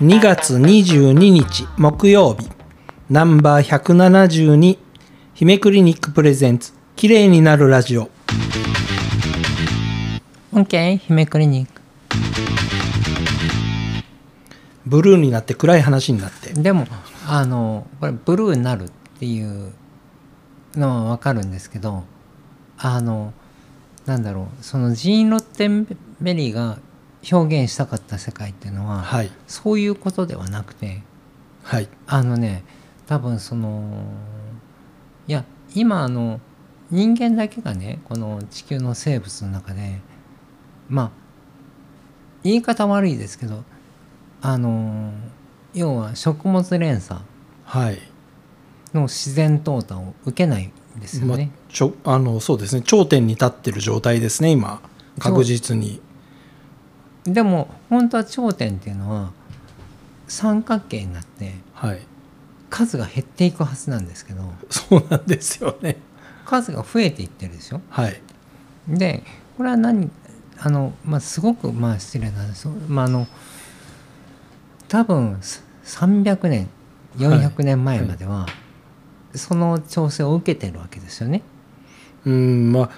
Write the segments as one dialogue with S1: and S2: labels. S1: 2月22日木曜日ナンバー172姫クリニックプレゼンツ綺麗になるラジオ
S2: OK 姫クリニック
S1: ブルーになって暗い話になって
S2: でもあのこれブルーになるっていうのは分かるんですけどあのなんだろうそのジーン・ロッテンベリーが表現したかった世界っていうのは、
S1: はい
S2: そういうことではなくて
S1: はい
S2: あのね多分そのいや今あの人間だけがねこの地球の生物の中でまあ言い方悪いですけどあの要は食物連鎖
S1: はい、
S2: の自然淘汰を受けないんですよ
S1: まあ
S2: ね。
S1: ちょあのそうですね頂点に立ってる状態ですね今確実に
S2: でも本当は頂点っていうのは三角形になって
S1: はい
S2: 数が減っていくはずなんですけど
S1: そうなんですよね
S2: 数が増えていってるでしょ。
S1: はい
S2: でこれは何あの、まあ、すごくまあ失礼なんですよまあ、あの多分さ300年400年前までは、その調整を受けてるわけですよね。
S1: うんまあ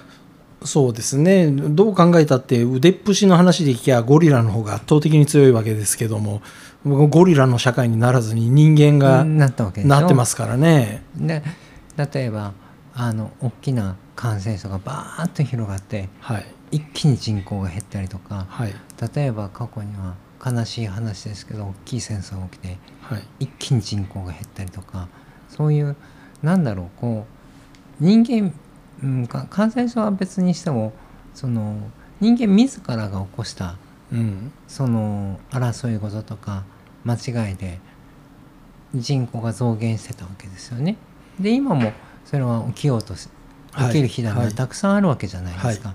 S1: そうですねどう考えたって腕っぷしの話でいきゃゴリラの方が圧倒的に強いわけですけどもゴリラの社会にならずに人間が
S2: なったわけでしょ
S1: なってますからね。
S2: で例えばあの大きな感染症がバーッと広がって
S1: はい
S2: 一気に人口が減ったりとか
S1: はい
S2: 例えば過去には悲しい話ですけど大きい戦争が起きて
S1: はい
S2: 一気に人口が減ったりとかそういうなんだろうこう人間、うん、か感染症は別にしてもその人間自らが起こした
S1: うん
S2: その争い事とか間違いで人口が増減してたわけですよね。で今もそれは起きようとし
S1: はい
S2: 起きる火種がたくさんあるわけじゃないですか。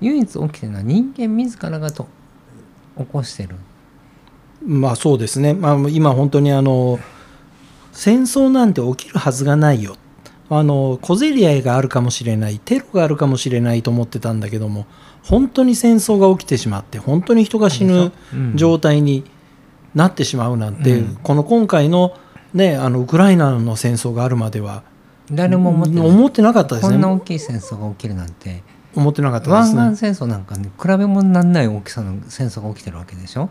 S2: 唯一起きてるのは人間自らがと起こしてる。
S1: まあそうですね、まあ、今本当にあの戦争なんて起きるはずがないよあの小競り合いがあるかもしれないテロがあるかもしれないと思ってたんだけども本当に戦争が起きてしまって本当に人が死ぬ
S2: うん
S1: 状態になってしまうなんて、
S2: うん
S1: この今回の,、ね、あのウクライナの戦争があるまでは
S2: 誰も思ってない
S1: 思ってなかったです
S2: こんな
S1: ね
S2: 大きい戦争が起きるなんて
S1: 思ってなかったで
S2: 湾
S1: すね。
S2: 岸戦争なんかに比べ物にならない大きさの戦争が起きてるわけでしょ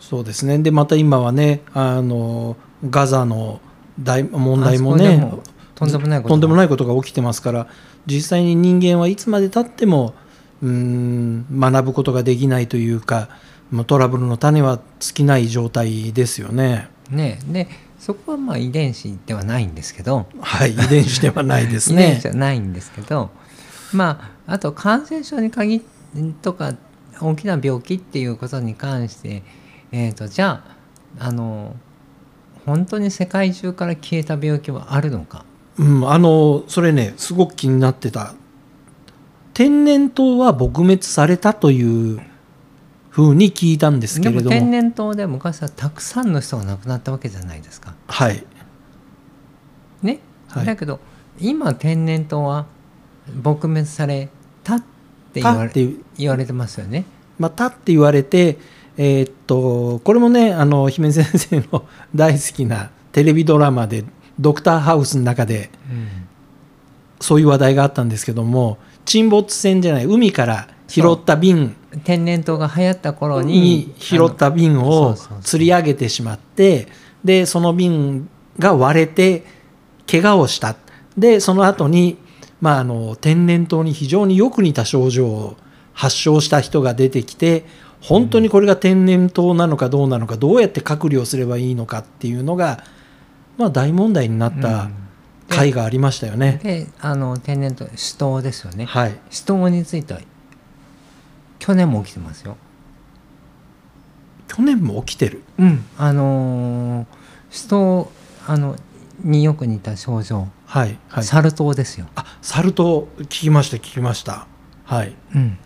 S1: そうですねでまた今はねあのガザの大問題も
S2: あ
S1: ね
S2: そこでもとんでもないこと
S1: とんでも
S2: い
S1: ないことが起きてますから実際に人間はいつまでたってもうーん学ぶことができないというかもうトラブルの種は尽きない状態ですよね。
S2: ねえでそこはまあ遺伝子ではないんですけど
S1: はい、遺伝子ではないです
S2: 遺伝
S1: ね
S2: 子。はないんですけどまああと感染症に限りとか大きな病気っていうことに関して、えー、とじゃああの本当に世界中から消えた病気はあるのか
S1: うん、あのそれねすごく気になってた天然痘は撲滅されたというふうに聞いたんですけ
S2: で
S1: れ
S2: も
S1: ど
S2: 天
S1: も、
S2: 然痘で昔はたくさんの人が亡くなったわけじゃないですか。
S1: はい、
S2: ね、
S1: はい
S2: だけど今天然痘は撲滅されたって言わ
S1: たっ
S2: れ
S1: ていう
S2: 言われてますよね。
S1: またって言われて、えーっとこれもねあの姫先生の大好きなテレビドラマで「ドクターハウス」の中でそういう話題があったんですけども沈没船じゃない海から拾った瓶
S2: 天然痘が流行った頃に
S1: に拾った瓶を
S2: あのそうそうそう
S1: 釣り上げてしまってでその瓶が割れて怪我をしたでその後にまああの天然痘に非常によく似た症状を発症した人が出てきて本当にこれが天然痘なのかどうなのかどうやって隔離をすればいいのかっていうのが、まあ、大問題にな
S2: あの
S1: った回がありましたよね。
S2: であの天然痘死闘ですよね。
S1: はい、
S2: 死闘については去年も起きてますよ。
S1: 去年も起きてる、
S2: うん、あのー、死闘あのによく似た症状、
S1: はいはい、
S2: サル痘ですよ。
S1: あサル痘聞きました聞きました。はい
S2: うん、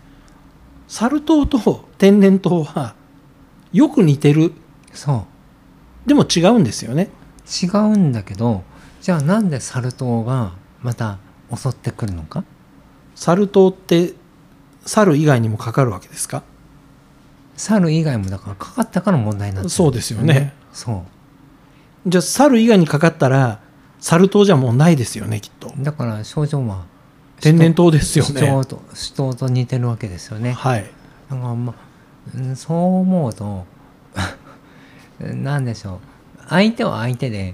S1: サル痘と天然痘はよく似てる
S2: そう
S1: でも違うんですよね
S2: 違うんだけどじゃあなんでサル痘がまた襲ってくるのか
S1: サル痘って猿以外にもかかるわけですか
S2: 猿以外もだからかかったから問題になってる
S1: そうですよね
S2: そ
S1: じゃあ猿以外にかかったらサル痘じゃもうないですよねきっと
S2: うだから症状は
S1: 天然痘ですよ
S2: 死
S1: ね
S2: 闘と死闘と似てるわけですよね
S1: はい
S2: だからまあうんそう思うと なんでしょう相手は相手で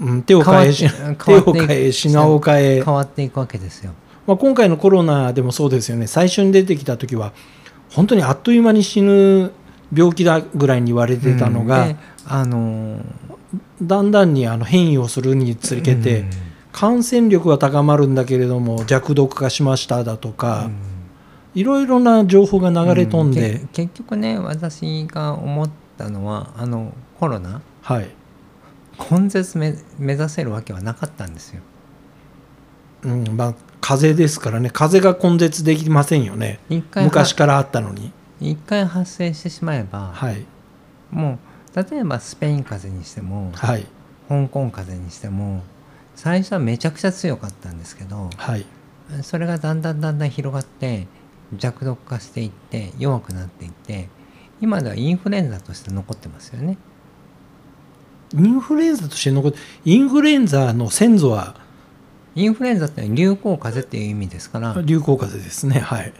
S1: うん、手を変えし
S2: 変わ って
S1: 手を変え品を変え
S2: 変わっていくわけですよ
S1: まあ、今回のコロナでもそうですよね最初に出てきた時は本当にあっという間に死ぬ病気だぐらいに言われてたのが、
S2: うんであのー
S1: だんだんにあの変異をするにつれて、
S2: うん
S1: 感染力は高まるんだけれども弱毒化しましただとか、いろいろな情報が流れ飛んで、
S2: うけ結局ね私が思ったのはあのコロナ
S1: はい、
S2: 根絶め目指せるわけはなかったんですよ
S1: うんまあ、風邪ですからね風邪が根絶できませんよね
S2: 一回は
S1: 昔からあったのに、
S2: 一回発生してしまえば、
S1: はい
S2: もう例えばスペイン風邪にしても
S1: はい
S2: 香港風邪にしても最初はめちゃくちゃ強かったんですけど
S1: はい
S2: それがだんだんだんだん広がって弱毒化していって弱くなっていって今ではインフルエンザとして残ってますよね。
S1: インフルエンザとして残ってインフルエンザの先祖は
S2: インフルエンザって流行風邪っていう意味ですから
S1: 流行風邪ですねはい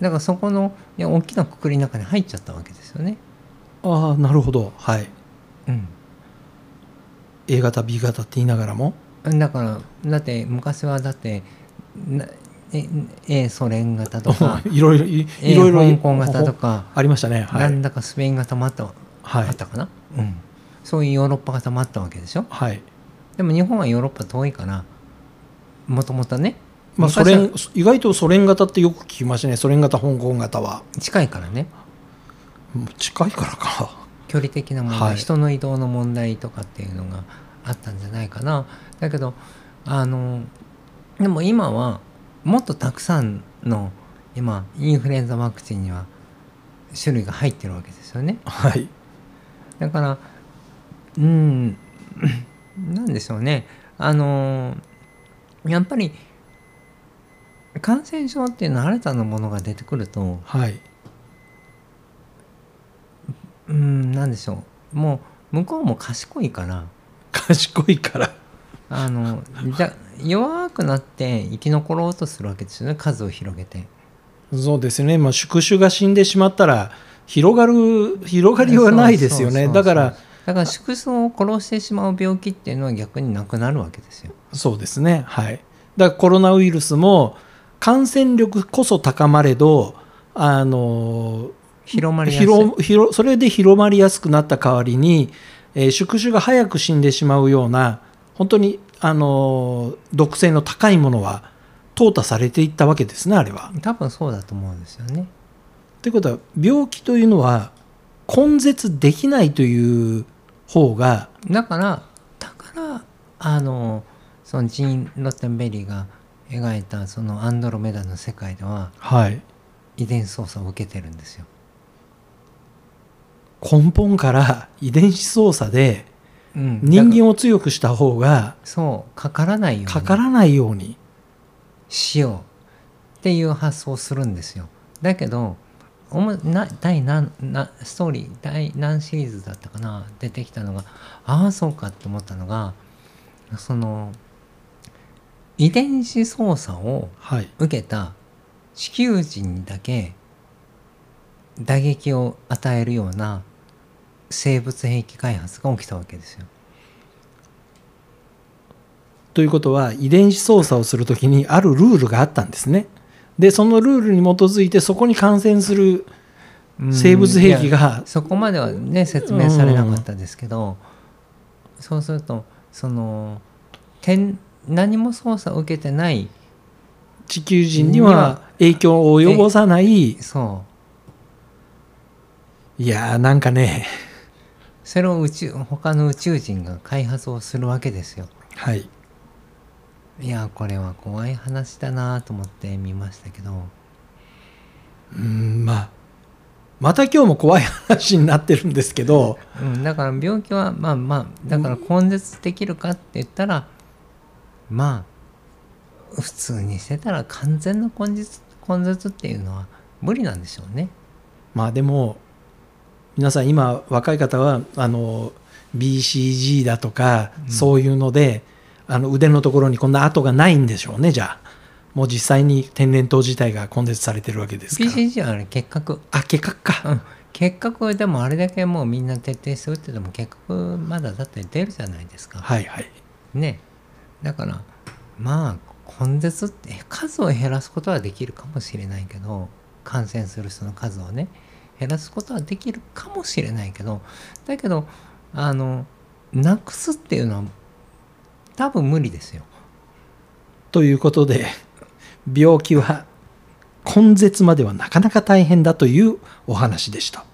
S2: だからそこのいや大きなくくりの中に入っちゃったわけですよね。
S1: ああなるほどはい
S2: う
S1: A 型 B 型って言いながらも
S2: ん、だからだって昔はだってなえ A ソ連型と か
S1: いろいろいい
S2: A
S1: ろいろ
S2: 香港型とか
S1: ありましたねは
S2: なん
S1: い
S2: だかスペイン型もあった,、
S1: はい
S2: あったかな、うん、そういうヨーロッパ型もあったわけでしょ
S1: はい
S2: でも日本はヨーロッパ遠いからもともとね、
S1: まあソ
S2: 昔は
S1: 連意外とソ連型ってよく聞きましたねソ連型香港型は
S2: 近いからね
S1: もう近いからか
S2: 距離的な問題、
S1: はい
S2: 人の移動の問題とかっていうのがあったんじゃないかなだけどあのでも今はもっとたくさんの今インフルエンザワクチンには種類が入ってるわけですよね
S1: はい
S2: だからうん なんでしょうねあのやっぱり感染症っていうのは新たなものが出てくると
S1: はい
S2: うんなんでしょうもう向こうも賢いから
S1: 賢いから
S2: あのじゃ弱くなって生き残ろうとするわけですよね数を広げて。
S1: そうですねまあ宿主が死んでしまったら広がる広がりはないですよね
S2: そうそうそう
S1: だから
S2: だから縮小を殺してしまう病気っていうのは逆になくなるわけですよ。
S1: そうですね、はい、だからコロナウイルスも感染力こそ高まれどあの
S2: 広まりやすい。
S1: 広広それで広まりやすくなった代わりに、えー宿主が早く死んでしまうような本当にあの毒性の高いものは淘汰されていったわけですねあれは。
S2: 多分そうだと思うんですよね。
S1: ということは病気というのは根絶できないという方が
S2: だからだからあのそのジーン・ロッテンベリーが描いたそのアンドロメダの世界では
S1: はい
S2: 遺伝操作を受けてるんですよ。
S1: 根本から遺伝子操作で
S2: うん、
S1: 人
S2: だか
S1: 間を強くした方が
S2: らそうかからないように
S1: かからないように
S2: しようっていう発想をするんですよ。だけどおもな第何なストーリー第何シリーズだったかな出てきたのがああそうかって思ったのがその遺伝子操作を
S1: はい
S2: 受けた地球人にだけ打撃を与えるような生物兵器開発が起きたわけですよ。
S1: ということは遺伝子操作をするときにあるルールがあったんですねでそのルールに基づいてそこに感染する生物兵器
S2: いや
S1: が
S2: そこまではね説明されなかったですけど、そうするとその天何も操作を受けてない
S1: 地球人には影響を及ぼさないい
S2: そう
S1: やーなんかね
S2: それを宇宙他の宇宙人が開発をするわけですよ。
S1: はい
S2: いやこれは怖い話だなと思って見ましたけど。
S1: うーんまあまた今日も怖い話になってるんですけど
S2: うん、だから病気はまあまあだから根絶できるかって言ったらまあ普通にしてたら完全な根絶根絶っていうのは無理なんでしょうね。
S1: まあでも皆さん今若い方はあの BCG だとか
S2: うん
S1: そういうので、あの腕のところにこんな跡がないんでしょうねじゃあもう実際に天然痘自体が根絶されてるわけですから
S2: BCG はあれ結核。
S1: あ結核か
S2: うん結核でもあれだけもうみんな徹底して打ってても結核まだだって出るじゃないですか。
S1: はいはい
S2: ねだからまあ根絶って数を減らすことはできるかもしれないけど感染する人の数をね減らすことはできるかもしれないけどだけどあのなくすっていうのは多分無理ですよ。
S1: ということで病気は根絶まではなかなか大変だというお話でした